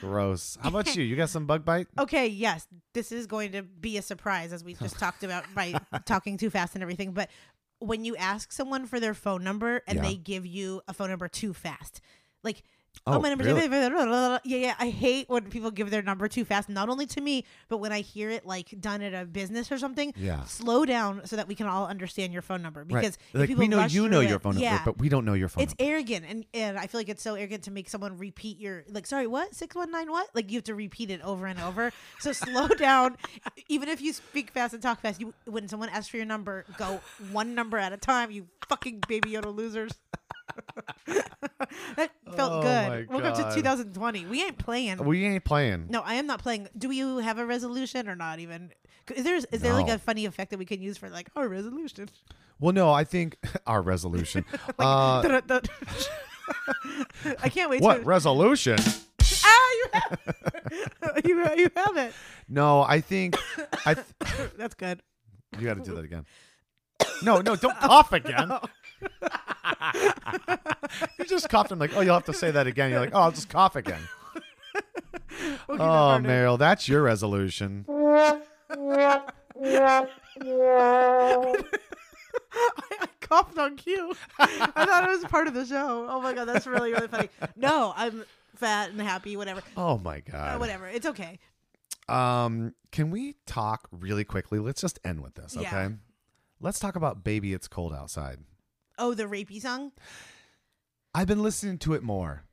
gross. How about you? You got some bug bite?
Okay, yes, this is going to be a surprise as we just talked about by talking too fast and everything. But when you ask someone for their phone number and
Yeah.
they give you a phone number too fast, like,
Oh,
oh, my number,
really?
yeah, yeah, I hate when people give their number too fast, not only to me, but when I hear it like done at a business or something,
Yeah.
slow down so that we can all understand your phone number because if
like
people
we know
rush
you
through
know
it-
your phone number,
yeah,
but we don't know your phone
it's
number.
arrogant, and and I feel like it's so arrogant to make someone repeat your like, sorry, what six one nine what? Like you have to repeat it over and over. So slow down. E-, Even if you speak fast and talk fast, you when someone asks for your number, go one number at a time. You fucking baby Yoda losers. that felt
Oh
good.
my
Welcome
God.
to 2020. We ain't playing.
We ain't playing.
no, I am not playing. Do you have a resolution or not? Even is there is there like
No.
a funny effect that we can use for like our resolution?
Well, no, I think our resolution. uh,
I can't wait.
what
to,
resolution?
Ah, you have, you, have- you have it.
No, I think I. Th-
That's good.
you got to do that again. No, no, don't
Oh,
cough again. you just coughed. I'm like, oh, you'll have to say that again. You're like, oh, I'll just cough again.
We'll keep it
Oh,
harder.
Meryl, that's your resolution.
I, I coughed on cue. I thought it was part of the show. Oh my god, that's really really funny. No, I'm fat and happy. Whatever.
Oh my
Uh,
god.
whatever. It's okay.
Um, can we talk really quickly? Let's just end with this, okay?
Yeah.
Let's talk about "Baby, It's Cold Outside."
Oh, the rapey song.
I've been listening to it more,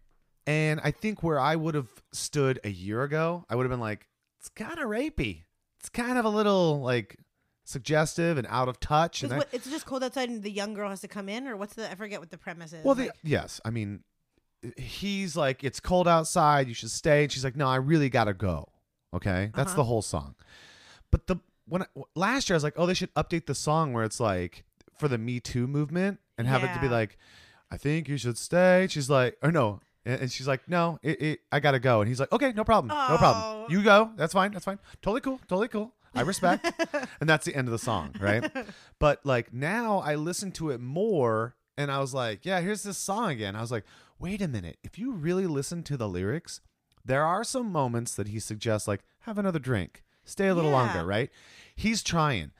and I think where I would have stood a year ago, I would have been like, "It's kind of rapey. It's kind of a little like suggestive and out of touch."
'Cause
And I,
what- it's just cold outside, and the young girl has to come in, or what's the? I forget what the premise is.
well, the,
Like,
yes, I mean, he's like, "It's cold outside. You should stay." And she's like, "No, I really gotta go." Okay, that's
Uh-huh.
the whole song. But the when I, last year I was like, "Oh, they should update the song where it's like for the Me Too movement and have it to be
Yeah.
like, I think you should stay." She's like, "Or no." And and she's like, no, it, it, I gotta go. And he's like, okay, no problem, no
Oh.
problem. You go, that's fine, that's fine, totally cool, totally cool. I respect. and that's the end of the song, right? but like now I listen to it more and I was like, yeah, here's this song again. I was like, wait a minute. If you really listen to the lyrics, there are some moments that he suggests, like, have another drink, stay a little
Yeah.
longer, right? He's trying.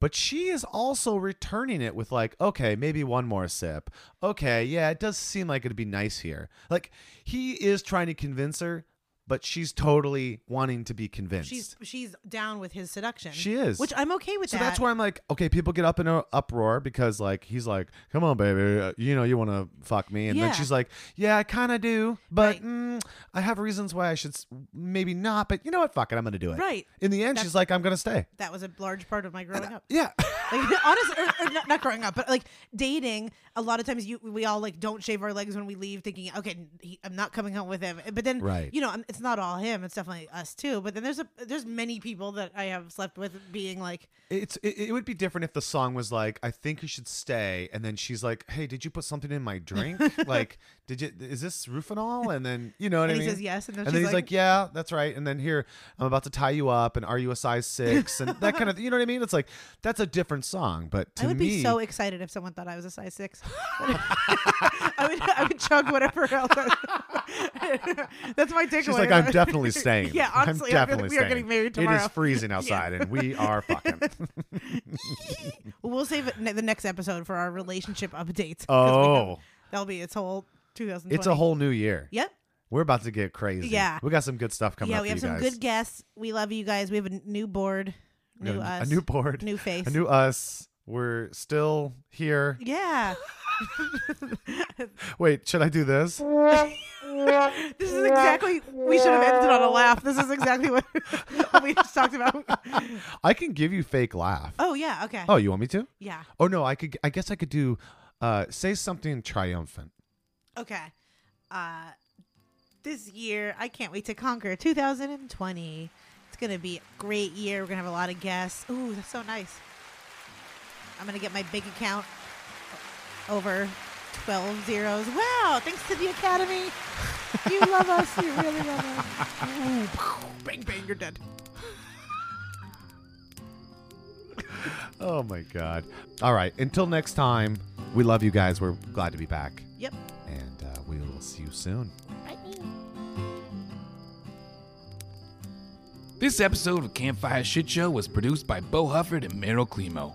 But she is also returning it with, like, okay, maybe one more sip. Okay, yeah, it does seem like it'd be nice here. Like, he is trying to convince her, but she's totally wanting to be convinced.
she's she's down with his seduction.
She is.
which I'm okay with.
So
that.
that's where I'm like, okay, people get up in an uproar because like he's like, come on, baby, uh, you know you want to fuck me, and
Yeah.
then she's like, yeah, I kind of do, but
Right.
mm, I have reasons why I should s- maybe not, but you know what, fuck it, I'm gonna do it.
Right.
In the end, she's like, I'm gonna stay.
that was a large part of my growing up.
Yeah.
Like, honestly, or, or er, not, not growing up, but like dating. A lot of times, you we all like don't shave our legs when we leave, thinking, okay, he, I'm not coming home with him. But then,
Right.
you know, um, it's not all him. It's definitely us too. But then there's a there's many people that I have slept with being like,
it's it, it would be different if the song was like, I think you should stay, and then she's like, Hey, did you put something in my drink? like, did you? Is this Rufinol? And then you know what
and
I
he
mean?
says yes, and then,
and
she's
then he's like,
like,
"Yeah, that's right." And then here, I'm about to tie you up, and are you a size six, and that kind of, you know what I mean? It's like that's a different song, but to
I would
me,
be so excited if someone thought I was a size six. I would I would chug whatever else. I- That's my takeaway.
she's like, "I'm definitely staying."
Yeah, honestly,
I'm
I'm
definitely
we are getting
staying.
married tomorrow.
It is freezing outside, and we are fucking.
Well, we'll save it ne- the next episode for our relationship updates. 'cause we have-
oh,
that'll be its whole 2020.
it's a whole new year.
Yep.
We're about to get crazy.
Yeah.
we got some good stuff coming
yeah,
up.
we
for
have
you
some
guys.
good guests. We love you guys. We have a n- new board,
We got
new
a,
us,
a new board,
new face.
a new us. We're still here.
yeah.
Wait, should I do this?
This is exactly. We should have ended on a laugh. This is exactly what, what we just talked about.
I can give you fake laugh.
Oh yeah. Okay.
Oh, you want me to?
Yeah.
Oh no, I could. I guess I could do. Uh, say something triumphant.
Okay. Uh, this year, I can't wait to conquer 2020. It's gonna be a great year. We're gonna have a lot of guests. Ooh, that's so nice. I'm gonna get my big account over 12 zeros. Wow! Thanks to the Academy. You love us. You really love us. Ooh, bang bang, you're dead.
Oh my god. All right. Until next time, we love you guys. We're glad to be back,
Yep.
and uh, we will see you soon.
This episode of Campfire Shit Show was produced by Bo Hufford and Meryl Climo.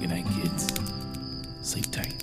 Good night, kids. Sleep tight.